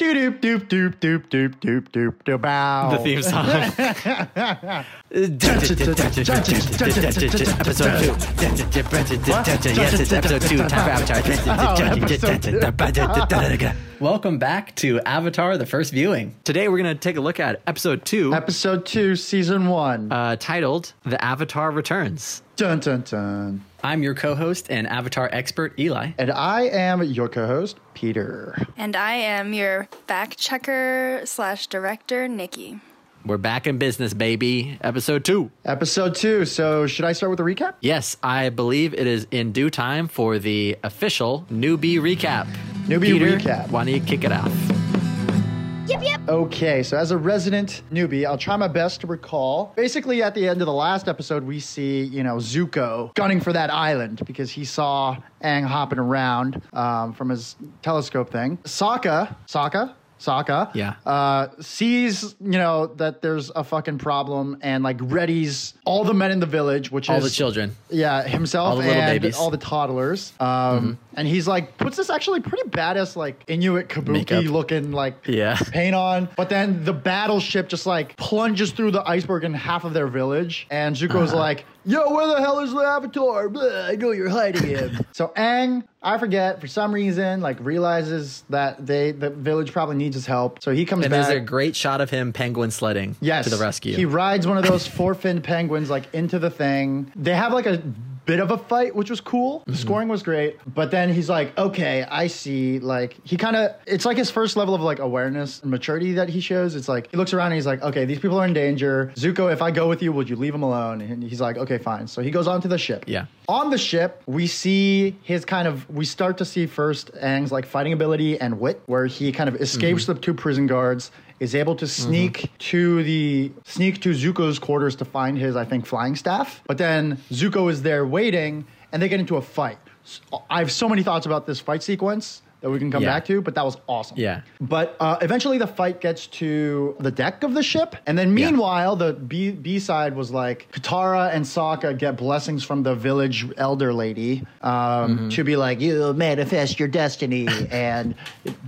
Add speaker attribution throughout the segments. Speaker 1: Doop doop doop doop doop doop doop doop bow.
Speaker 2: The theme song.
Speaker 3: episode two. Yes, it's episode two. Time for Welcome back to Avatar: The First Viewing.
Speaker 2: Today we're going to take a look at episode two,
Speaker 1: Episode two, season one.
Speaker 2: uh, titled "The Avatar Returns."
Speaker 1: dun dun dun.
Speaker 3: I'm your co-host and Avatar expert, Eli.
Speaker 1: And I am your co-host, Peter.
Speaker 4: And I am your fact checker slash director, Nikki.
Speaker 2: We're back in business, baby. Episode two.
Speaker 1: Episode two. So should I start with a recap?
Speaker 2: Yes, I believe it is in due time for the official newbie recap.
Speaker 1: Newbie
Speaker 2: Peter,
Speaker 1: recap.
Speaker 2: Why don't you kick it off?
Speaker 1: Okay, so as a resident newbie, I'll try my best to recall. Basically, at the end of the last episode, we see, you know, Zuko gunning for that island because he saw Aang hopping around um, from his telescope thing. Sokka, Sokka, Sokka,
Speaker 2: Yeah.
Speaker 1: uh, sees, you know, that there's a fucking problem and like readies all the men in the village, which
Speaker 2: All
Speaker 1: is
Speaker 2: the children.
Speaker 1: yeah, himself
Speaker 2: All the little
Speaker 1: and
Speaker 2: babies. Mm-hmm.
Speaker 1: all the toddlers. Um, And he's like, puts this actually pretty badass, like Inuit
Speaker 2: Makeup.
Speaker 1: kabuki looking, like
Speaker 2: Yeah.
Speaker 1: paint on. But then the battleship just like plunges through the iceberg in half of their village. And Zuko's
Speaker 2: Uh-huh.
Speaker 1: like, yo, where the hell is the avatar? Blah, I know you're hiding him. so Aang, I forget, for some reason, like realizes that they the village probably needs his help. So he comes
Speaker 2: And
Speaker 1: back.
Speaker 2: there's a great shot of him penguin sledding
Speaker 1: Yes.
Speaker 2: to the rescue.
Speaker 1: He rides one of those four finned penguins like into the thing. They have like a bit of a fight, which was cool.
Speaker 2: Mm-hmm.
Speaker 1: The scoring was great. But then he's like, okay, I see. Like he kind of it's like his first level of like awareness and maturity that he shows. It's like he looks around and he's like, okay, these people are in danger. Zuko, if I go with you, would you leave him alone? And he's like, okay, fine. So he goes onto the ship.
Speaker 2: Yeah.
Speaker 1: On the ship, we see his kind of we start to see first Aang's like fighting ability and wit, where he kind of escapes
Speaker 2: Mm-hmm.
Speaker 1: the two prison guards, is able to sneak to the sneak to Zuko's quarters to find his, I think, flying staff. But then Zuko is there waiting, and they get into a fight. S- I have so many thoughts about this fight sequence that we can come
Speaker 2: Yeah.
Speaker 1: back to, but that was awesome.
Speaker 2: Yeah.
Speaker 1: But uh, eventually the fight gets to the deck of the ship. And then meanwhile, the B, B side was like Katara and Sokka get blessings from the village elder lady um, to be like, you manifest your destiny and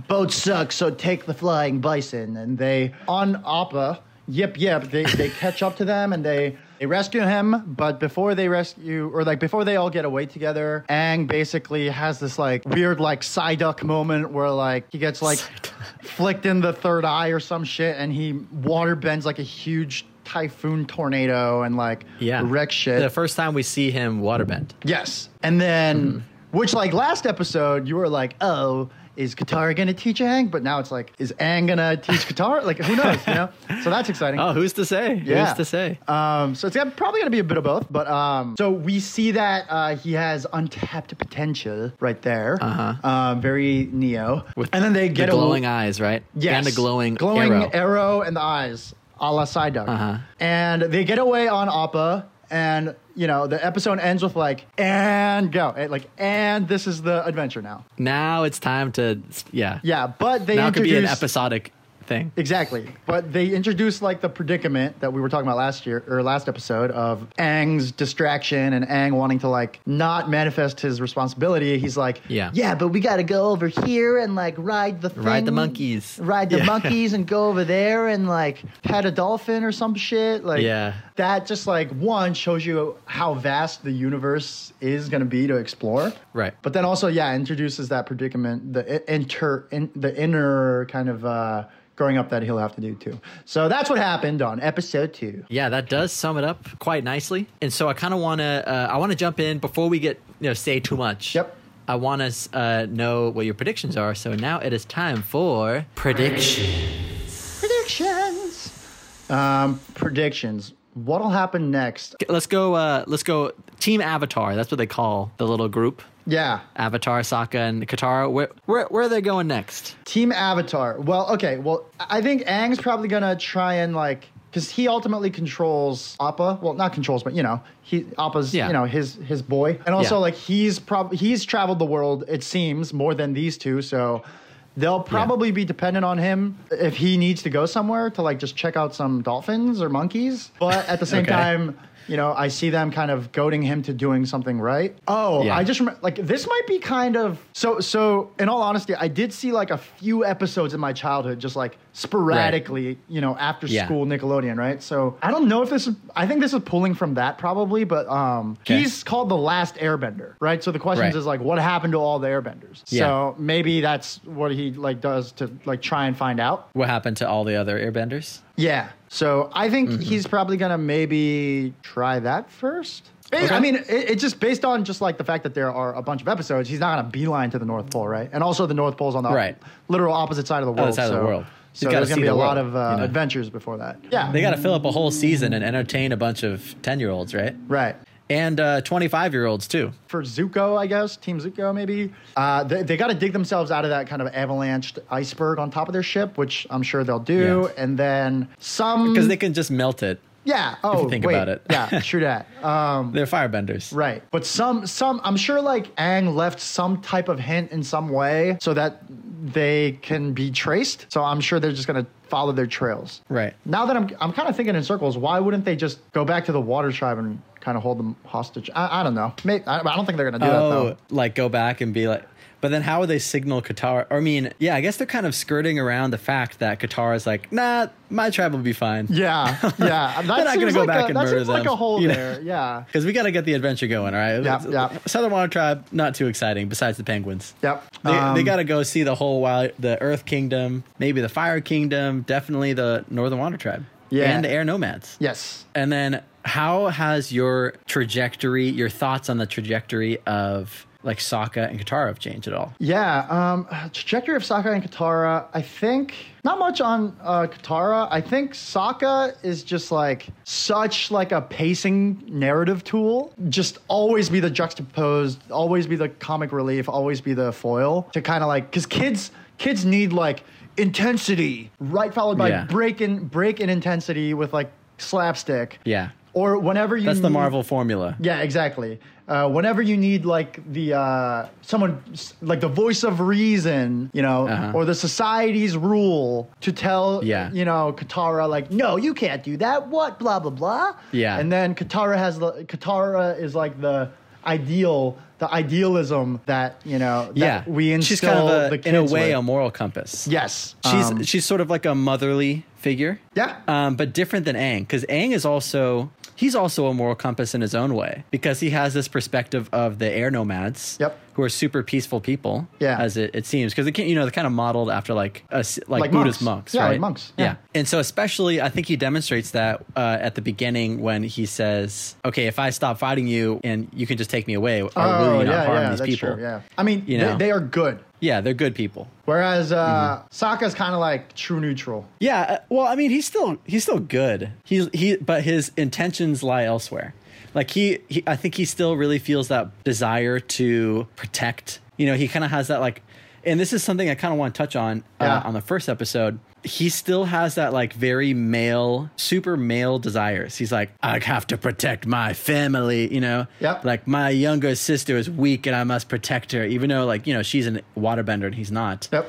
Speaker 1: boats suck, so take the flying bison. And they, on Appa, yip yip, they, they catch up to them and they. They rescue him, but before they rescue, or like before they all get away together, Aang basically has this like weird like Psyduck moment where like he gets like flicked in the third eye or some shit, and he water bends like a huge typhoon tornado and like
Speaker 2: yeah.
Speaker 1: wreck shit.
Speaker 2: The first time we see him waterbend.
Speaker 1: yes, and then
Speaker 2: Mm-hmm.
Speaker 1: which like last episode you were like, oh. Is Katara gonna teach Aang? But now it's like, is Aang gonna teach Katara? Like, who knows? You know, so that's exciting.
Speaker 2: Oh, who's to say? Who's to say?
Speaker 1: Um, so it's got, probably going to be a bit of both, but um, so we see that uh, he has untapped potential right there. Uh-huh. very Neo.
Speaker 2: With
Speaker 1: and then they get
Speaker 2: the glowing
Speaker 1: a,
Speaker 2: eyes, right?
Speaker 1: Yes.
Speaker 2: And the glowing,
Speaker 1: glowing
Speaker 2: arrow. Uh-huh.
Speaker 1: and the eyes, a la Psyduck. And they get away on Appa, and you know the episode ends with like and go, and, like and this is the adventure now.
Speaker 2: Now it's time to yeah.
Speaker 1: Yeah, but they
Speaker 2: Now it could be an
Speaker 1: introduce-
Speaker 2: episodic thing.
Speaker 1: Exactly. But they introduced like the predicament that we were talking about last year or last episode of Aang's distraction and Aang wanting to like not manifest his responsibility. He's like,
Speaker 2: Yeah.
Speaker 1: yeah, but we got to go over here and like ride the thing,
Speaker 2: Ride the monkeys."
Speaker 1: ride the
Speaker 2: Yeah.
Speaker 1: monkeys and go over there and like pet a dolphin or some shit. Like
Speaker 2: Yeah.
Speaker 1: that just like one shows you how vast the universe is going to be to explore.
Speaker 2: Right.
Speaker 1: But then also, yeah, introduces that predicament, the i- inter, in, the inner kind of uh, growing up that he'll have to do too. So that's what happened on episode two.
Speaker 2: Yeah, that does sum it up quite nicely. And so I kind of want to uh, I want to jump in before we get you know say too much.
Speaker 1: Yep.
Speaker 2: I want to uh, know what your predictions are. So now it is time for prediction.
Speaker 1: Predictions. Um, predictions. What'll happen next?
Speaker 2: Let's go. Uh, let's go. Team Avatar. That's what they call the little group.
Speaker 1: Yeah,
Speaker 2: Avatar, Sokka, and Katara. Where where, where are they going next?
Speaker 1: Team Avatar. Well, okay. Well, I think Aang's probably gonna try and like. Because he ultimately controls Appa. Well, not controls, but you know, he Appa's
Speaker 2: Yeah.
Speaker 1: you know his his boy, and also
Speaker 2: Yeah.
Speaker 1: like he's prob he's traveled the world. It seems more than these two, so they'll probably be dependent on him if he needs to go somewhere to like just check out some dolphins or monkeys. But at the same
Speaker 2: Okay.
Speaker 1: time, you know, I see them kind of goading him to doing something right. Oh,
Speaker 2: Yeah.
Speaker 1: I just remember, like, this might be kind of so. So, in all honesty, I did see like a few episodes in my childhood, just like sporadically, you know, after
Speaker 3: Yeah.
Speaker 1: school Nickelodeon, right? So, I don't know if this is, I think this is pulling from that probably, but um,
Speaker 3: Okay.
Speaker 1: he's called the last airbender, right? So, the question
Speaker 3: Right.
Speaker 1: is like, what happened to all the airbenders?
Speaker 3: Yeah.
Speaker 1: So, maybe that's what he like does to like try and find out.
Speaker 3: What happened to all the other airbenders?
Speaker 1: Yeah. So I think
Speaker 3: Mm-hmm.
Speaker 1: he's probably gonna maybe try that first. Ba- I mean, it, it just based on just like the fact that there are a bunch of episodes, he's not gonna beeline to the North Pole, right? And also the North Pole's on the
Speaker 3: Right.
Speaker 1: literal opposite side of the world.
Speaker 3: Other side of
Speaker 1: so,
Speaker 3: the world. He's
Speaker 1: So
Speaker 3: gotta
Speaker 1: there's gonna
Speaker 3: see
Speaker 1: be a
Speaker 3: the
Speaker 1: lot
Speaker 3: world,
Speaker 1: of uh,
Speaker 3: you know.
Speaker 1: adventures before that. Yeah.
Speaker 3: They got to fill up a whole season and entertain a bunch of 10 year olds, right?
Speaker 1: right.
Speaker 3: And uh, 25 year olds, too.
Speaker 1: For Zuko, I guess Team Zuko, maybe uh, they, they got to dig themselves out of that kind of avalanched iceberg on top of their ship, which I'm sure they'll do.
Speaker 3: Yeah.
Speaker 1: And then some,
Speaker 3: Because they can just melt it.
Speaker 1: yeah. Oh,
Speaker 3: think
Speaker 1: wait,
Speaker 3: about it.
Speaker 1: yeah, true that. Um,
Speaker 3: They're firebenders.
Speaker 1: Right. But some some I'm sure like Aang left some type of hint in some way so that they can be traced. So I'm sure they're just gonna follow their trails.
Speaker 3: Right.
Speaker 1: Now that I'm I'm kinda thinking in circles, why wouldn't they just go back to the water tribe and kind of hold them hostage? I, I don't know. May I, I don't think they're gonna do
Speaker 3: oh,
Speaker 1: that though.
Speaker 3: like go back and be like. But then how would they signal Katara? Or, I mean, yeah, I guess they're kind of skirting around the fact that Katara's like, nah, my tribe will be fine.
Speaker 1: Yeah, yeah. That
Speaker 3: They're not gonna
Speaker 1: seems
Speaker 3: go
Speaker 1: like
Speaker 3: back
Speaker 1: a,
Speaker 3: and
Speaker 1: that
Speaker 3: murder
Speaker 1: seems like a
Speaker 3: them.
Speaker 1: hole
Speaker 3: You know?
Speaker 1: there. Yeah.
Speaker 3: Because we got to get the adventure going, all right?
Speaker 1: Yeah, yeah.
Speaker 3: Southern Water Tribe, not too exciting, besides the penguins.
Speaker 1: Yep.
Speaker 3: They, they
Speaker 1: Um,
Speaker 3: got to go see the whole wild, the Earth Kingdom, maybe the Fire Kingdom, definitely the Northern Water Tribe.
Speaker 1: Yeah.
Speaker 3: And the Air Nomads.
Speaker 1: Yes.
Speaker 3: And then how has your trajectory, your thoughts on the trajectory of like Sokka and Katara have changed at all?
Speaker 1: Yeah, um, trajectory of Sokka and Katara. I think not much on uh, Katara. I think Sokka is just like such like a pacing narrative tool. Just always be the juxtaposed, always be the comic relief, always be the foil to kind of like because kids kids need like intensity, right? Followed by
Speaker 3: Yeah.
Speaker 1: break in break in intensity with like slapstick.
Speaker 3: Yeah.
Speaker 1: Or whenever you
Speaker 3: That's the
Speaker 1: need-
Speaker 3: Marvel formula.
Speaker 1: Mm. yeah, exactly. Uh, whenever you need like the uh, someone s- like the voice of reason, you know,
Speaker 3: Uh-huh.
Speaker 1: or the society's rule to tell,
Speaker 3: Yeah.
Speaker 1: you know, Katara like, no, you can't do that. What? Blah blah blah.
Speaker 3: Yeah.
Speaker 1: And then Katara has the Katara is like the ideal, the idealism that you know, that
Speaker 3: Yeah.
Speaker 1: we instill
Speaker 3: She's kind of a,
Speaker 1: the kids
Speaker 3: in a way
Speaker 1: with.
Speaker 3: a moral compass.
Speaker 1: yes,
Speaker 3: She's
Speaker 1: Um,
Speaker 3: she's sort of like a motherly figure.
Speaker 1: Yeah.
Speaker 3: Um, but different than Aang, because Aang is also he's also a moral compass in his own way, because he has this perspective of the air nomads,
Speaker 1: Yep.
Speaker 3: who are super peaceful people,
Speaker 1: Yeah.
Speaker 3: as it, it seems, because you know they're kind of modeled after like a s like,
Speaker 1: Like
Speaker 3: Buddhist
Speaker 1: monks.
Speaker 3: monks,
Speaker 1: Yeah, like
Speaker 3: right?
Speaker 1: monks.
Speaker 3: yeah.
Speaker 1: Yeah.
Speaker 3: And so, especially, I think he demonstrates that uh, at the beginning when he says, "Okay, if I stop fighting you, and you can just take me away, or will you not harm these
Speaker 1: that's
Speaker 3: people?"
Speaker 1: true. Oh, Yeah, I mean,
Speaker 3: You
Speaker 1: they,
Speaker 3: know? Mm-hmm.
Speaker 1: they are good.
Speaker 3: Yeah, they're good people.
Speaker 1: Whereas uh, Sokka's kind of like true neutral.
Speaker 3: Yeah, uh, well, I mean, he's still he's still good. He's he, but his intentions lie elsewhere. Like he, he I think he still really feels that desire to protect. You know, he kind of has that like, and this is something I kind of want to touch on
Speaker 1: Yeah.
Speaker 3: uh, on the first episode. He still has that like very male, super male desires. He's like, I have to protect my family. You know,
Speaker 1: Yep.
Speaker 3: like my younger sister is weak and I must protect her, even though like you know she's an waterbender and he's not.
Speaker 1: Yep.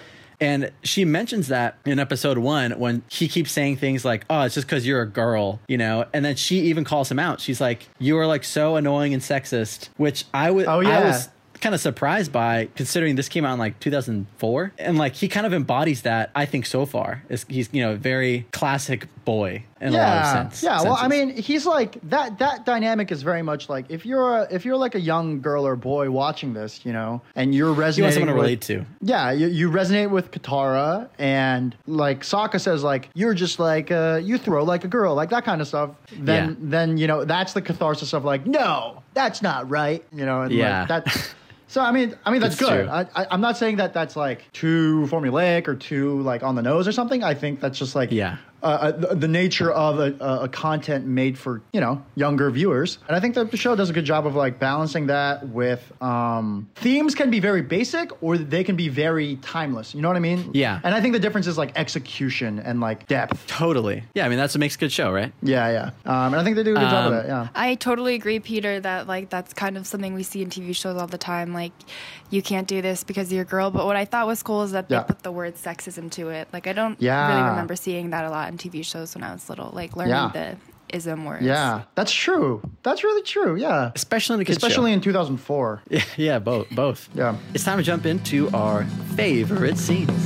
Speaker 3: And she mentions that in episode one when he keeps saying things like, oh, it's just because you're a girl, you know? And then she even calls him out. She's like, you are like so annoying and sexist, which I would.
Speaker 1: Oh,
Speaker 3: I
Speaker 1: yeah.
Speaker 3: was kind of surprised by considering this came out in like 2004 and like he kind of embodies that i think so far It's- he's you know very classic boy in a lot of sense
Speaker 1: Yeah, well, I
Speaker 3: senses.
Speaker 1: mean, he's like that. That dynamic is very much like if you're a, if you're like a young girl or boy watching this, you know, and you're
Speaker 3: you want
Speaker 1: resonating.
Speaker 3: someone to
Speaker 1: with-
Speaker 3: relate to
Speaker 1: Yeah, you, you resonate with Katara, and like Sokka says, like you're just like uh, you throw like a girl, like that kind of stuff. Then
Speaker 3: Yeah.
Speaker 1: then you know that's the catharsis of like no, that's not right, you know, and
Speaker 3: Yeah.
Speaker 1: like that. So I mean, I mean that's
Speaker 3: It's
Speaker 1: good.
Speaker 3: true.
Speaker 1: I, I, I'm not saying that that's like too formulaic or too like on the nose or something. I think that's just like
Speaker 3: Yeah.
Speaker 1: uh, uh, the, the nature of a, a- a content made for you know younger viewers and i think that the show does a good job of like balancing that with um, themes can be very basic or they can be very timeless you know what i mean
Speaker 3: Yeah.
Speaker 1: and i think the difference is like execution and like depth
Speaker 3: totally yeah i mean that's what makes a good show right
Speaker 1: yeah yeah um, and i think they do a good job of that yeah
Speaker 4: I totally agree, Peter, that like that's kind of something we see in TV shows all the time. Like, you can't do this because you're a girl. But what I thought was cool is that
Speaker 1: Yeah.
Speaker 4: they put the word sexism to it. Like, I don't
Speaker 1: Yeah.
Speaker 4: really remember seeing that a lot in TV shows when I was little. Like, learning
Speaker 1: Yeah.
Speaker 4: the ism words.
Speaker 1: Yeah, that's true. That's really true. Yeah,
Speaker 3: especially in a kids
Speaker 1: especially
Speaker 3: show.
Speaker 1: in 2004.
Speaker 3: in yeah, both both.
Speaker 1: Yeah.
Speaker 3: It's time to jump into our favorite scenes.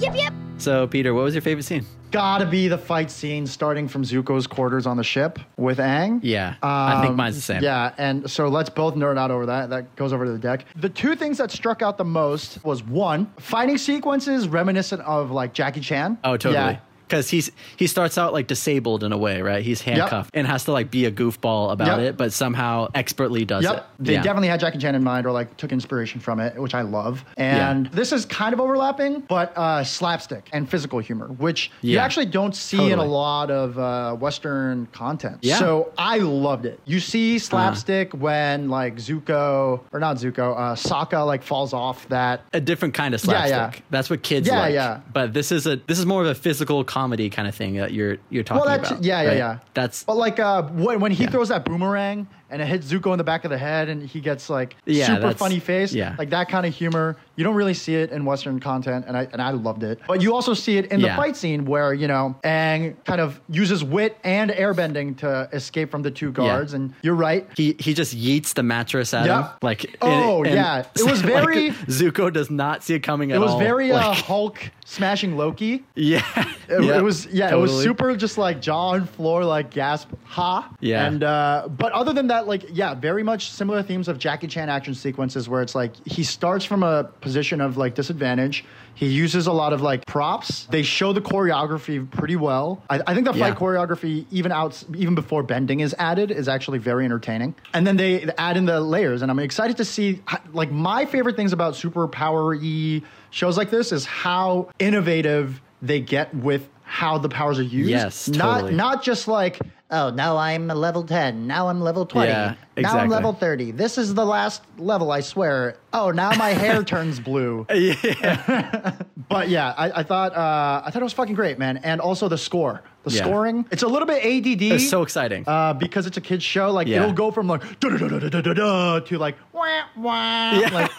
Speaker 5: Yep, yep.
Speaker 3: So, Peter, what was your favorite scene?
Speaker 1: Gotta be the fight scene starting from Zuko's quarters on the ship with Aang.
Speaker 3: Yeah, I think mine's the same.
Speaker 1: Yeah, and so let's both nerd out over that. That goes over to the deck. The two things that struck out the most was one, fighting sequences reminiscent of like Jackie Chan.
Speaker 3: Oh,
Speaker 1: Yeah.
Speaker 3: totally. Because he's he starts out like disabled in a way, right? He's handcuffed and has to like be a goofball about
Speaker 1: Yep.
Speaker 3: it, but somehow expertly does it.
Speaker 1: Yep. They
Speaker 3: Yeah.
Speaker 1: definitely had Jackie Chan in mind or like took inspiration from it, which I love. And
Speaker 3: Yeah.
Speaker 1: this is kind of overlapping, but uh, slapstick and physical humor, which you
Speaker 3: Yeah.
Speaker 1: actually don't see in a
Speaker 3: Totally.
Speaker 1: lot of uh, Western content.
Speaker 3: Yeah. Uh-huh.
Speaker 1: So I loved it. You see slapstick when like Zuko, or not Zuko, uh, Sokka like falls off that.
Speaker 3: a different kind of
Speaker 1: Yeah, yeah.
Speaker 3: slapstick. That's what kids
Speaker 1: Yeah,
Speaker 3: like.
Speaker 1: yeah.
Speaker 3: But this is a this is more of a physical comedy kind of thing that you're you're talking
Speaker 1: Well, that's,
Speaker 3: about.
Speaker 1: yeah, yeah,
Speaker 3: right?
Speaker 1: yeah.
Speaker 3: That's
Speaker 1: But like uh, when, when he
Speaker 3: Yeah.
Speaker 1: throws that boomerang and it hits Zuko in the back of the head and he gets like
Speaker 3: Yeah,
Speaker 1: super
Speaker 3: that's-
Speaker 1: funny face,
Speaker 3: yeah.
Speaker 1: like that kind of humor. You don't really see it in Western content, and I and I loved it. But you also see it in the
Speaker 3: Yeah.
Speaker 1: fight scene where you know Aang kind of uses wit and airbending to escape from the two guards. And you're right,
Speaker 3: he he just yeets the mattress at
Speaker 1: Yep.
Speaker 3: him. Like
Speaker 1: Oh, yeah. It was
Speaker 3: like,
Speaker 1: very-
Speaker 3: Zuko does not see it coming at
Speaker 1: it
Speaker 3: all.
Speaker 1: was very uh,
Speaker 3: Like,
Speaker 1: Hulk smashing Loki.
Speaker 3: yeah.
Speaker 1: It,
Speaker 3: Yep.
Speaker 1: it was yeah, it was
Speaker 3: Totally.
Speaker 1: super just like jaw on floor, like gasp, ha.
Speaker 3: Yeah.
Speaker 1: And uh, but other than that, like yeah, very much similar themes of Jackie Chan action sequences where it's like he starts from a position of like disadvantage. He uses a lot of like props. They show the choreography pretty well. I, I think the
Speaker 3: Yeah.
Speaker 1: fight choreography, even out even before bending is added, is actually very entertaining. And then they add in the layers, and I'm excited to see like my favorite things about superpower y shows like this is how innovative they get with how the powers are used.
Speaker 3: Yes,
Speaker 1: not
Speaker 3: totally.
Speaker 1: not just like oh now I'm level ten, now I'm level twenty,
Speaker 3: Yeah,
Speaker 1: now I'm
Speaker 3: exactly.
Speaker 1: level thirty. This is the last level, I swear. Oh now my hair turns blue. Yeah. but yeah, I, I thought uh, I thought it was fucking great, man. And also the score, the
Speaker 3: Yeah.
Speaker 1: scoring, it's a little bit ADD.
Speaker 3: It's so exciting.
Speaker 1: Uh, because it's a kids show, like
Speaker 3: Yeah.
Speaker 1: it'll go from like da da da da da da da to like wah wah, like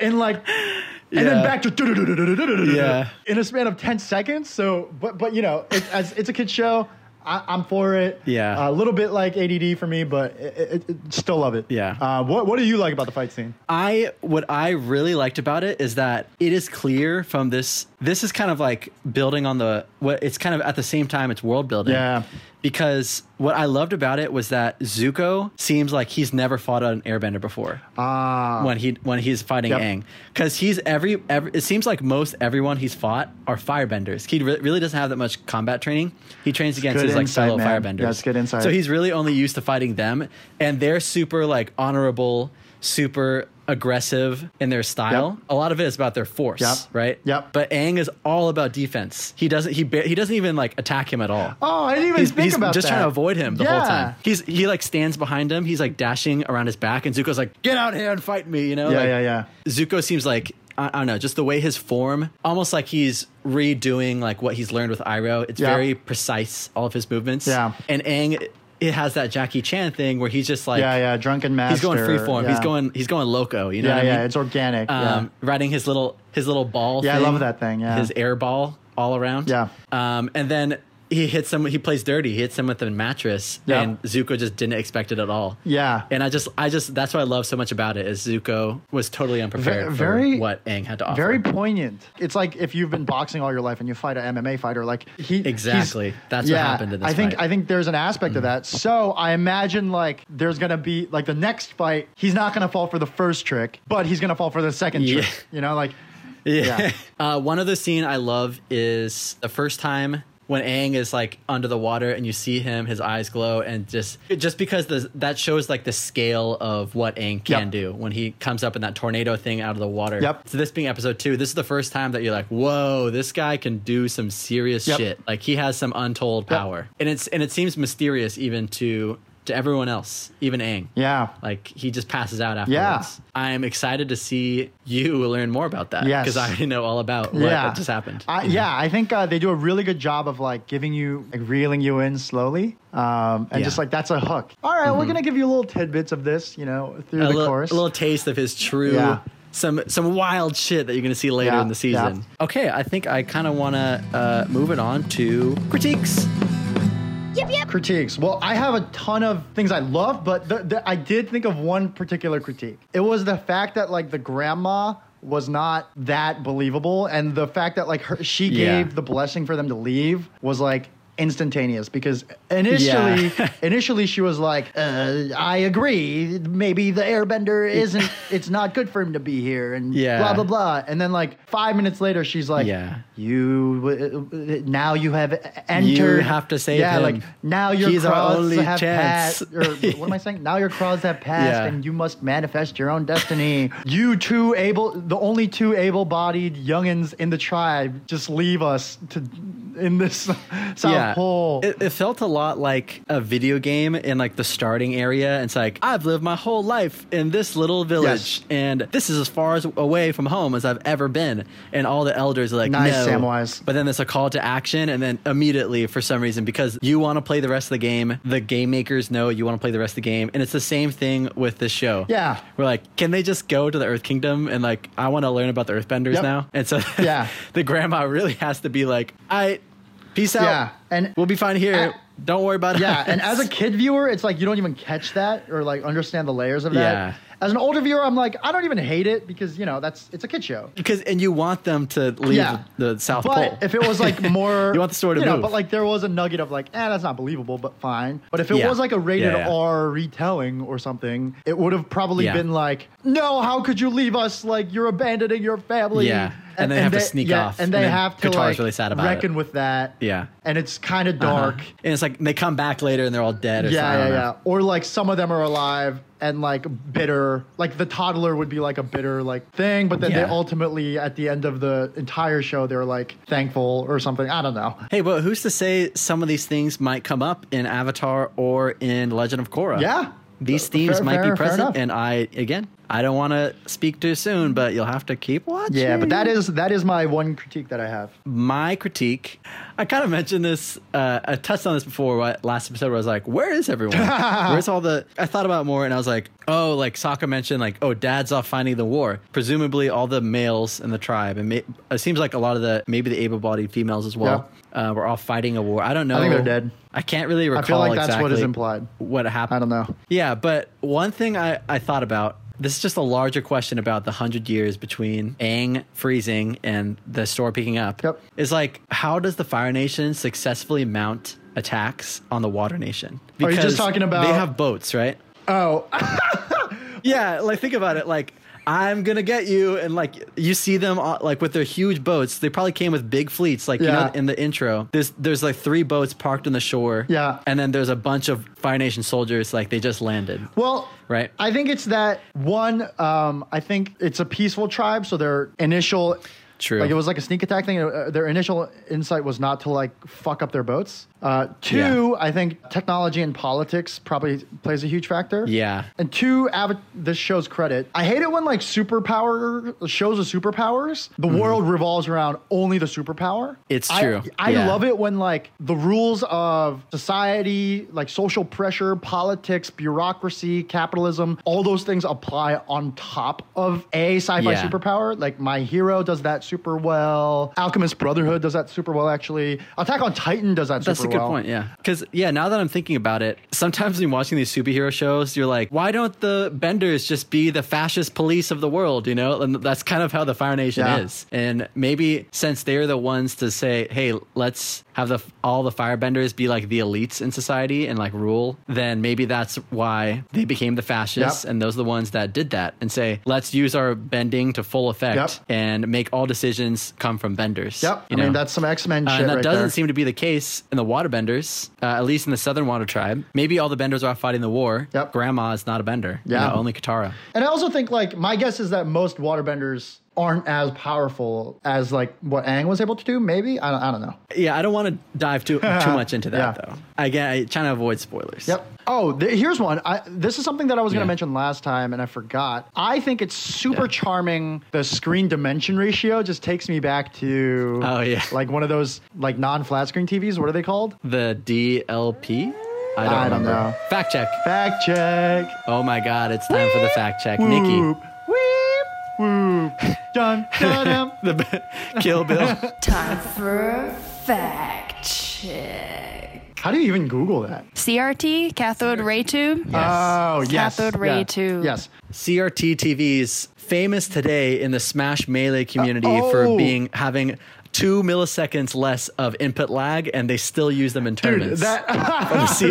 Speaker 1: and like and then
Speaker 3: Yeah.
Speaker 1: back to du-du-du-du-du-du-du-du-du
Speaker 3: Yeah.
Speaker 1: in a span of 10 seconds so but but you know it, as it's a kid show I, i'm for it
Speaker 3: Yeah.
Speaker 1: a little bit like add for me but it, it, it, still love it
Speaker 3: Yeah.
Speaker 1: uh, what, what do you like about the fight scene
Speaker 3: I what I really liked about it is that it is clear from this this is kind of like building on the what it's kind of at the same time it's world building.
Speaker 1: Yeah.
Speaker 3: Because what I loved about it was that Zuko seems like he's never fought an airbender before. Ah. When he when he's fighting
Speaker 1: Uh-huh. Yep.
Speaker 3: Aang. Cuz he's every, every it seems like most everyone he's fought are firebenders. He re- really doesn't have that much combat training. He trains against
Speaker 1: good
Speaker 3: his like
Speaker 1: insight,
Speaker 3: fellow
Speaker 1: man.
Speaker 3: firebenders.
Speaker 1: That's good insight.
Speaker 3: So he's he's really only used to fighting them and they're super like honorable super aggressive in their style
Speaker 1: Yep.
Speaker 3: a lot of it is about their force
Speaker 1: Yep.
Speaker 3: right
Speaker 1: Yep.
Speaker 3: but Aang is all about defense he doesn't he ba- he doesn't even like attack him at all
Speaker 1: oh i didn't even
Speaker 3: He's,
Speaker 1: think
Speaker 3: he's
Speaker 1: about
Speaker 3: just
Speaker 1: that.
Speaker 3: trying to avoid him the whole
Speaker 1: Yeah.
Speaker 3: time. He's he like stands behind him. He's like dashing around his back, and Zuko's like, "Get out here and fight me!" You know?
Speaker 1: Yeah,
Speaker 3: like,
Speaker 1: yeah, yeah.
Speaker 3: Zuko seems like I, I don't know, just the way his form, almost like he's redoing like what he's learned with Iroh. It's
Speaker 1: Yeah.
Speaker 3: very precise, all of his movements.
Speaker 1: Yeah.
Speaker 3: And Aang, it has that Jackie Chan thing where he's just like,
Speaker 1: yeah yeah drunken master
Speaker 3: he's going free form. He's
Speaker 1: yeah.
Speaker 3: going he's going loco. You know?
Speaker 1: yeah
Speaker 3: what I
Speaker 1: yeah
Speaker 3: mean?
Speaker 1: it's organic
Speaker 3: um, riding his little his little ball.
Speaker 1: Yeah, I
Speaker 3: thing,
Speaker 1: love that thing, yeah.
Speaker 3: his air ball all around.
Speaker 1: Yeah.
Speaker 3: um, and then he hits him. He plays dirty. He hits him with a mattress,
Speaker 1: Yeah.
Speaker 3: and Zuko just didn't expect it at all.
Speaker 1: Yeah.
Speaker 3: and I just, I just, that's what I love so much about it is Zuko was totally unprepared
Speaker 1: Ve- very-
Speaker 3: for what Aang had to
Speaker 1: yeah
Speaker 3: offer.
Speaker 1: very poignant it's like if you've been boxing all your life and you fight an mma fighter like he he's-
Speaker 3: Exactly. That's what happened in this
Speaker 1: I think
Speaker 3: fight. Mm.
Speaker 1: I think there's an aspect of that. So I imagine like there's gonna be like the next fight, he's not gonna fall for the first trick, but he's gonna fall for the second
Speaker 3: Yeah.
Speaker 1: trick. You know, like
Speaker 3: Yeah. uh, one other scene I love is the first time when Aang is like under the water and you see him, his eyes glow, and just just because the, that shows like the scale of what Aang can
Speaker 1: Yep.
Speaker 3: do when he comes up in that tornado thing out of the water.
Speaker 1: Yep.
Speaker 3: So this being episode two, this is the first time that you're like, whoa, this guy can do some serious
Speaker 1: Yep.
Speaker 3: shit. Like he has some untold power, and it's and it seems mysterious even to to everyone else, even Aang.
Speaker 1: Yeah.
Speaker 3: Like he just passes out afterwards.
Speaker 1: Yeah.
Speaker 3: I am excited to see you learn more about that
Speaker 1: Yes.
Speaker 3: because I already know all about what
Speaker 1: yeah.
Speaker 3: just happened.
Speaker 1: I, yeah, I think uh, they do a really good job of like giving you like reeling you in slowly. Um, and
Speaker 3: Yeah. Mm-hmm.
Speaker 1: just like that's a hook. All right, we're gonna give you little tidbits of this, you know, through
Speaker 3: a,
Speaker 1: the
Speaker 3: little,
Speaker 1: course.
Speaker 3: a little taste of his true
Speaker 1: Yeah.
Speaker 3: some some wild shit that you're gonna see later
Speaker 1: Yeah,
Speaker 3: in the season. Okay, I think I kind of want to uh, move it on to critiques.
Speaker 5: Yep, yep.
Speaker 1: critiques. Well, I have a ton of things I love, but the, the, I did think of one particular critique. It was the fact that like the grandma was not that believable, and the fact that like her, she
Speaker 3: Yeah.
Speaker 1: gave the blessing for them to leave was like instantaneous because initially initially she was like uh, i agree maybe the airbender isn't it's not good for him to be here and
Speaker 3: Yeah.
Speaker 1: blah blah blah and then like five minutes later she's like
Speaker 3: Yeah.
Speaker 1: you w- w- now you have entered
Speaker 3: have to save
Speaker 1: yeah
Speaker 3: him.
Speaker 1: like now your
Speaker 3: He's our
Speaker 1: cross
Speaker 3: only
Speaker 1: have
Speaker 3: chance."
Speaker 1: passed. Or what am I saying? Now your cross have passed,
Speaker 3: Yeah.
Speaker 1: and you must manifest your own destiny. you two able, the only two able-bodied youngins in the tribe, just leave us to in this South Pole.
Speaker 3: It, it felt a lot like a video game in like the starting area. It's like I've lived my whole life in this little
Speaker 1: Yes.
Speaker 3: village, and this is as far as away from home as I've ever been. And all the elders are like,
Speaker 1: Nice,
Speaker 3: no.
Speaker 1: Samwise.
Speaker 3: But then there's a call to action, and then immediately, for some reason, because you want to play the rest of the game, the game makers know you want to play the rest of the game, and it's the same thing with this show.
Speaker 1: Yeah.
Speaker 3: we're like, can they just go to the Earth Kingdom and like, I want to learn about the Earthbenders
Speaker 1: Yep.
Speaker 3: now, and so
Speaker 1: Yeah.
Speaker 3: the grandma really has to be like, I. Peace out.
Speaker 1: Yeah, and-
Speaker 3: we'll be fine here. Don't worry about it.
Speaker 1: yeah, and as a kid viewer, it's like you don't even catch that or like understand the layers of that.
Speaker 3: Yeah.
Speaker 1: As an older viewer, I'm like, I don't even hate it because you know that's it's a kid show.
Speaker 3: because and you want them to leave
Speaker 1: Yeah.
Speaker 3: the South
Speaker 1: But
Speaker 3: Pole.
Speaker 1: if it was like more,
Speaker 3: You want the story to
Speaker 1: you
Speaker 3: move.
Speaker 1: But like there was a nugget of like, eh, that's not believable, but fine. But if it
Speaker 3: Yeah.
Speaker 1: was like a rated
Speaker 3: Yeah, yeah.
Speaker 1: R retelling or something, it would have probably
Speaker 3: Yeah.
Speaker 1: been like, no, how could you leave us? Like you're abandoning your family.
Speaker 3: Yeah. And they have to sneak off.
Speaker 1: and they
Speaker 3: And then
Speaker 1: have to
Speaker 3: Katara's
Speaker 1: like
Speaker 3: really sad about it.
Speaker 1: reckon with that.
Speaker 3: Yeah. Uh-huh.
Speaker 1: and it's kind of dark.
Speaker 3: and it's like they come back later and they're all dead. Or
Speaker 1: Yeah,
Speaker 3: something. I
Speaker 1: yeah,
Speaker 3: don't know.
Speaker 1: yeah. Or like some of them are alive and like bitter. Like the toddler would be like a bitter like thing, but then they
Speaker 3: Yeah.
Speaker 1: ultimately at the end of the entire show they're like thankful or something. I don't know.
Speaker 3: Hey, but who's to say some of these things might come up in Avatar or in Legend of Korra?
Speaker 1: Yeah.
Speaker 3: These
Speaker 1: Fair-
Speaker 3: themes might
Speaker 1: fair-
Speaker 3: be
Speaker 1: fair
Speaker 3: present,
Speaker 1: enough.
Speaker 3: and I again, I don't want to speak too soon, but you'll have to keep watching.
Speaker 1: Yeah, but that is that is my one critique that I have.
Speaker 3: my critique. I kind of mentioned this. Uh, I touched on this before right, last episode. Where I was like, "Where is everyone? Where's all the?" I thought about it more, and I was like, "Oh, like Sokka mentioned, like oh, Dad's off fighting the war. Presumably, all the males in the tribe, and may- it seems like a lot of the maybe the able-bodied females as well, uh, were all fighting a war. I don't know.
Speaker 1: think they're dead.
Speaker 3: I can't really recall.
Speaker 1: I feel like that's what is
Speaker 3: exactly
Speaker 1: implied.
Speaker 3: What happened?
Speaker 1: I don't know.
Speaker 3: Yeah, but one thing I, I thought about this is just a larger question about the hundred years between Aang freezing and the store picking up.
Speaker 1: Yep.
Speaker 3: Is like, how does the Fire Nation successfully mount attacks on the Water Nation?
Speaker 1: Are you just talking about-
Speaker 3: they have boats, right?
Speaker 1: Oh,
Speaker 3: Yeah, like think about it. Like I'm gonna get you, and like you see them uh, like with their huge boats. They probably came with big fleets. Like you
Speaker 1: Yeah.
Speaker 3: know, in the intro, there's there's like three boats parked on the shore.
Speaker 1: Yeah.
Speaker 3: and then there's a bunch of Fire Nation soldiers. Like they just landed.
Speaker 1: well,
Speaker 3: Right.
Speaker 1: I think it's that one. Um, I think it's a peaceful tribe, so their initial.
Speaker 3: True.
Speaker 1: Like it was like a sneak attack thing. Uh, Their initial insight was not to like fuck up their boats. Uh, two,
Speaker 3: Yeah.
Speaker 1: I think technology and politics probably plays a huge factor.
Speaker 3: Yeah.
Speaker 1: And two, Ava- this show's credit. I hate it when like superpower shows with superpowers. The world revolves around only the superpower.
Speaker 3: Mm-hmm. It's
Speaker 1: I-
Speaker 3: true.
Speaker 1: I,
Speaker 3: Yeah.
Speaker 1: love it when like the rules of society, like social pressure, politics, bureaucracy, capitalism, all those things apply on top of a sci-fi
Speaker 3: Yeah.
Speaker 1: superpower. Like My Hero does that super well. Alchemist Brotherhood does that super well. Actually, Attack on Titan does that.
Speaker 3: That's a
Speaker 1: super
Speaker 3: good
Speaker 1: well.
Speaker 3: point. Yeah. Because, yeah, now that I'm thinking about it, sometimes when watching these superhero shows, you're like, why don't the benders just be the fascist police of the world? You know, and that's kind of how the Fire Nation
Speaker 1: Yeah.
Speaker 3: is. And maybe since they're the ones to say, hey, let's have the all the firebenders be like the elites in society and like rule, then maybe that's why they became the fascists.
Speaker 1: Yep.
Speaker 3: And those are the ones that did that and say, let's use our bending to full effect
Speaker 1: Yep.
Speaker 3: and make all decisions come from benders.
Speaker 1: Yep. I
Speaker 3: you
Speaker 1: mean,
Speaker 3: know?
Speaker 1: that's some X Men
Speaker 3: Uh,
Speaker 1: shit
Speaker 3: and that
Speaker 1: right
Speaker 3: doesn't
Speaker 1: there.
Speaker 3: seem to be the case in the Waterbenders, uh, at least in the Southern Water Tribe. Maybe all the Benders are fighting the war.
Speaker 1: Yep.
Speaker 3: Grandma is not a Bender. You
Speaker 1: Yeah.
Speaker 3: know, only Katara.
Speaker 1: And I also think like my guess is that most waterbenders aren't as powerful as like what Aang was able to do. Maybe I don't, I don't know.
Speaker 3: Yeah, I don't want to dive too too much into that
Speaker 1: Yeah.
Speaker 3: though. Again, I trying to avoid spoilers.
Speaker 1: Yep. Oh, th- here's one. I, this is something that I was going
Speaker 3: Yeah.
Speaker 1: to mention last time and I forgot. I think it's super charming. The screen dimension ratio just takes me back to
Speaker 3: Oh, yeah.
Speaker 1: like one of those like non flat screen TVs. What are they called?
Speaker 3: The DLP. I don't,
Speaker 1: I don't
Speaker 3: remember.
Speaker 1: know.
Speaker 3: Fact check.
Speaker 1: Fact check.
Speaker 3: Oh my God! It's time for the fact check, Nikki.
Speaker 1: Whoop. Weep. Whoop. Dun. Dun.
Speaker 3: The Kill Bill.
Speaker 4: Time for a fact. Check.
Speaker 1: How do you even Google that?
Speaker 4: CRT, cathode ray tube.
Speaker 1: Oh, yes.
Speaker 4: Cathode ray
Speaker 1: yeah.
Speaker 4: tube.
Speaker 1: Yes.
Speaker 3: CRT TVs famous today in the Smash Melee community
Speaker 1: Uh,
Speaker 3: for
Speaker 1: oh.
Speaker 3: being having two milliseconds less of input lag, and they still use them in
Speaker 1: Dude,
Speaker 3: tournaments.
Speaker 1: that
Speaker 3: CRT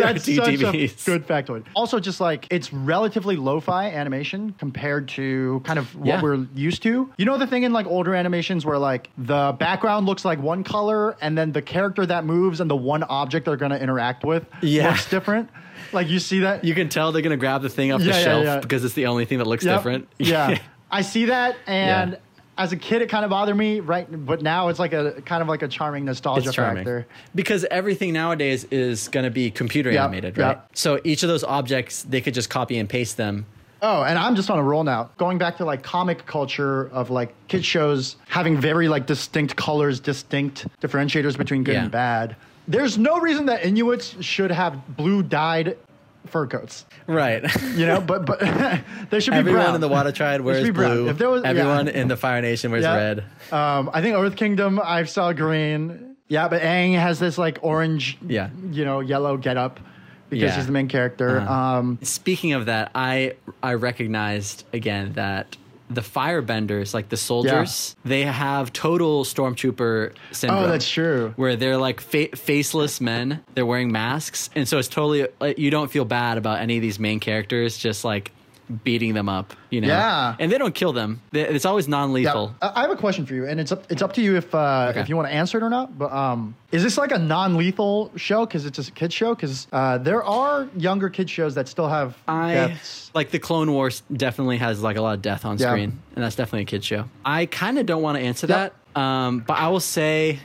Speaker 1: that's such a
Speaker 3: TVs.
Speaker 1: good factoid. Also, just like it's relatively lo-fi animation compared to kind of what
Speaker 3: Yeah.
Speaker 1: we're used to. You know the thing in like older animations where like the background looks like one color, and then the character that moves and the one object they're going to interact with
Speaker 3: Yeah.
Speaker 1: looks different. Like you see that
Speaker 3: you can tell they're gonna grab the thing off
Speaker 1: Yeah,
Speaker 3: the
Speaker 1: yeah,
Speaker 3: shelf
Speaker 1: yeah.
Speaker 3: because it's the only thing that looks
Speaker 1: Yep.
Speaker 3: different.
Speaker 1: Yeah. I see that and
Speaker 3: Yeah.
Speaker 1: as a kid it kind of bothered me, right? But now it's like a kind of like a charming nostalgia
Speaker 3: it's charming
Speaker 1: factor.
Speaker 3: because everything nowadays is going to be computer
Speaker 1: Yeah,
Speaker 3: animated,
Speaker 1: yeah.
Speaker 3: right? So each of those objects, they could just copy and paste them.
Speaker 1: Oh, and I'm just on a roll now. Going back to like comic culture of like kid shows having very like distinct colors, distinct differentiators between good
Speaker 3: Yeah.
Speaker 1: and bad. There's no reason that Inuits should have blue dyed fur coats.
Speaker 3: Right.
Speaker 1: You know, but but they should be
Speaker 3: Everyone
Speaker 1: brown.
Speaker 3: in the Water Tribe
Speaker 1: They should
Speaker 3: wears
Speaker 1: be brown.
Speaker 3: blue.
Speaker 1: If there was- yeah.
Speaker 3: Everyone in the Fire Nation wears
Speaker 1: Yeah.
Speaker 3: red.
Speaker 1: Um, I think Earth Kingdom, I saw green. Yeah, but Aang has this like orange,
Speaker 3: Yeah.
Speaker 1: you know, yellow getup because
Speaker 3: Yeah.
Speaker 1: he's the main character.
Speaker 3: Uh-huh.
Speaker 1: Um,
Speaker 3: Speaking of that, I I recognized again that the firebenders, like the soldiers, they have total stormtrooper syndrome.
Speaker 1: Oh, that's true.
Speaker 3: Where they're like fa- faceless men, they're wearing masks, and so it's totally like, you don't feel bad about any of these main characters just like beating them up, you know?
Speaker 1: Yeah.
Speaker 3: and they don't kill them. They, it's always
Speaker 1: yeah.
Speaker 3: non-lethal.
Speaker 1: I I have a question for you, and it's up, it's up to you if uh,
Speaker 3: Okay.
Speaker 1: if you want to answer it or not. But um, is this like a non lethal show because it's a kid show? Because uh, there are younger kid shows that still have
Speaker 3: I
Speaker 1: deaths.
Speaker 3: like the Clone Wars definitely has like a lot of death on
Speaker 1: Yeah.
Speaker 3: screen, and that's definitely a kid show. I kind of don't want to answer
Speaker 1: Yep.
Speaker 3: that, um, but I will say,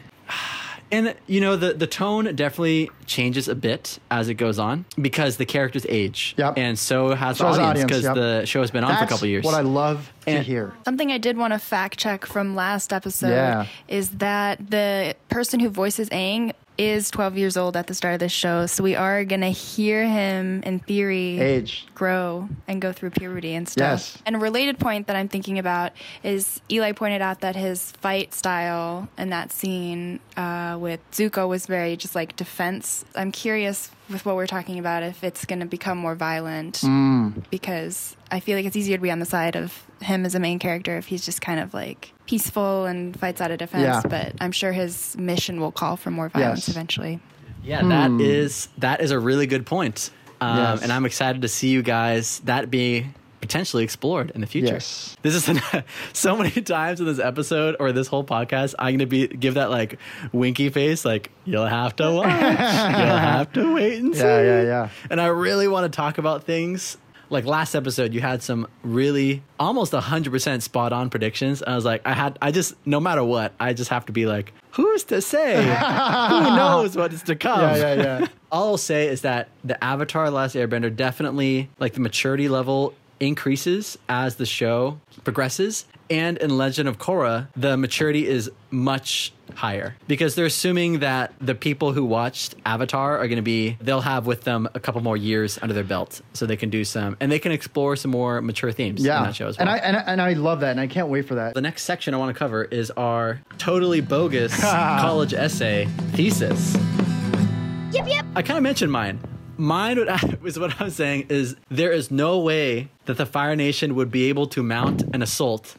Speaker 3: and you know the the tone definitely changes a bit as it goes on because the characters age,
Speaker 1: Yep.
Speaker 3: and so has
Speaker 1: So
Speaker 3: the
Speaker 1: has the
Speaker 3: audience
Speaker 1: audience,
Speaker 3: because
Speaker 1: yep.
Speaker 3: the show has been on
Speaker 1: That's
Speaker 3: for a couple years.
Speaker 1: what I love to
Speaker 3: And-
Speaker 1: hear.
Speaker 4: Something I did want to fact check from last episode
Speaker 1: Yeah.
Speaker 4: is that the person who voices Aang is 12 years old at the start of this show, so we are going to hear him in theory
Speaker 1: Age.
Speaker 4: grow and go through puberty and stuff.
Speaker 1: Yes.
Speaker 4: And a related point that I'm thinking about is Eli pointed out that his fight style in that scene uh, with Zuko was very just like defense. I'm curious with what we're talking about if it's going to become more violent
Speaker 1: Mm.
Speaker 4: because I feel like it's easier to be on the side of him as a main character if he's just kind of like peaceful and fights out of defense.
Speaker 1: Yeah.
Speaker 4: But I'm sure his mission will call for more violence
Speaker 1: Yes.
Speaker 4: eventually.
Speaker 3: Yeah, that is that is a really good point, um,
Speaker 1: Hmm. Yes.
Speaker 3: and I'm excited to see you guys that be potentially explored in the future.
Speaker 1: Yes.
Speaker 3: This is so many times in this episode or this whole podcast, I'm gonna be give that like winky face, like you'll have to watch, you'll have to wait and see.
Speaker 1: Yeah, yeah, yeah.
Speaker 3: And I really want to talk about things. Like last episode, you had some really almost 100% spot on predictions. I was like, I had, I just, no matter what, I just have to be like, who's to say? Who knows what is to come?
Speaker 1: Yeah, yeah, yeah.
Speaker 3: All I'll say is that the Avatar Last Airbender definitely, like, the maturity level increases as the show progresses. And in Legend of Korra, the maturity is much higher because they're assuming that the people who watched Avatar are going to be, they'll have with them a couple more years under their belt. So they can do some, and they can explore some more mature themes
Speaker 1: yeah.
Speaker 3: in that show as
Speaker 1: and,
Speaker 3: well.
Speaker 1: I, and I and I love that, and I can't wait for that.
Speaker 3: the next section I want to cover is our totally bogus college essay thesis.
Speaker 5: Yep, yep.
Speaker 3: I kind of mentioned mine. Mine would, is what I'm saying is there is no way that the Fire Nation would be able to mount an assault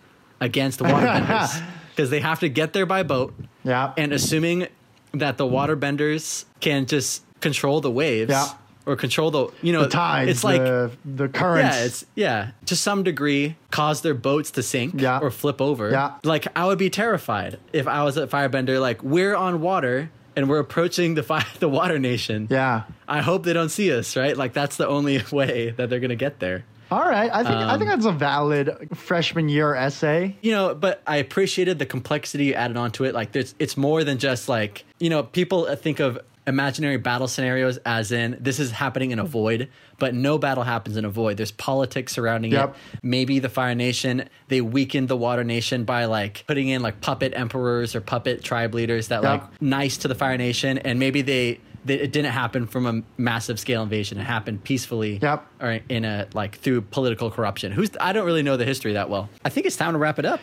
Speaker 3: against waterbenders because they have to get there by boat.
Speaker 1: Yeah.
Speaker 3: And assuming that the waterbenders can just control the waves
Speaker 1: Yeah.
Speaker 3: or control the you know
Speaker 1: the tides,
Speaker 3: it's like
Speaker 1: the, the currents.
Speaker 3: yeah, it's yeah. To some degree, cause their boats to sink
Speaker 1: Yeah.
Speaker 3: or flip over.
Speaker 1: Yeah.
Speaker 3: Like I would be terrified if I was a firebender. Like we're on water and we're approaching the fire, the water nation.
Speaker 1: yeah.
Speaker 3: I hope they don't see us, right? Like that's the only way that they're gonna get there.
Speaker 1: All right, I think
Speaker 3: Um,
Speaker 1: I think that's a valid freshman year essay.
Speaker 3: You know, but I appreciated the complexity added onto it. Like there's, it's more than just like you know, people think of imaginary battle scenarios as in this is happening in a void, but no battle happens in a void. There's politics surrounding
Speaker 1: Yep.
Speaker 3: it. Maybe the Fire Nation they weakened the Water Nation by like putting in like puppet emperors or puppet tribe leaders that
Speaker 1: Yep.
Speaker 3: like nice to the Fire Nation, and maybe they. they- It didn't happen from a massive scale invasion. It happened peacefully
Speaker 1: Yep.
Speaker 3: or in a like through political corruption. Who's I don't really know the history that well. I think it's time to wrap it up.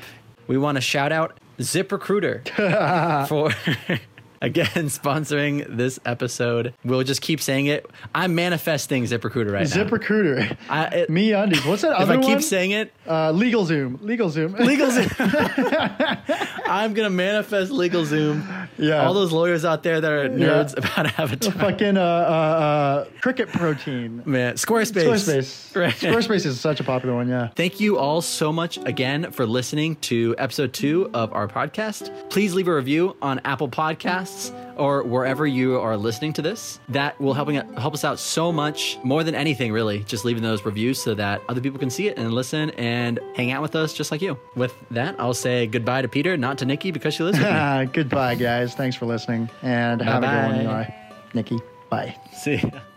Speaker 3: We want to shout out ZipRecruiter for again sponsoring this episode. We'll just keep saying it. I'm manifesting ZipRecruiter right now.
Speaker 1: ZipRecruiter.
Speaker 3: I- it-
Speaker 1: Me undies. What's that
Speaker 3: If
Speaker 1: other
Speaker 3: I
Speaker 1: one?
Speaker 3: keep saying it,
Speaker 1: uh, Legal Zoom. Legal Zoom.
Speaker 3: legal Zoom. I'm gonna manifest legal Zoom.
Speaker 1: Yeah.
Speaker 3: All those lawyers out there that are nerds about Avatar.
Speaker 1: fucking uh, uh, uh, cricket protein.
Speaker 3: Man, Squarespace.
Speaker 1: Squarespace.
Speaker 3: Right.
Speaker 1: Squarespace is such a popular one. Yeah.
Speaker 3: Thank you all so much again for listening to episode two of our podcast. Please leave a review on Apple Podcasts or wherever you are listening to this. That will helping help us out so much more than anything, really. Just leaving those reviews so that other people can see it and listen and hang out with us just like you. With that, I'll say goodbye to Peter, not to Nikki because she lives with me.
Speaker 1: Uh, Ah, goodbye, guys. Thanks for listening, and have a good one,
Speaker 3: Bye-bye.
Speaker 1: Eli. Nikki. Bye.
Speaker 3: See. ya.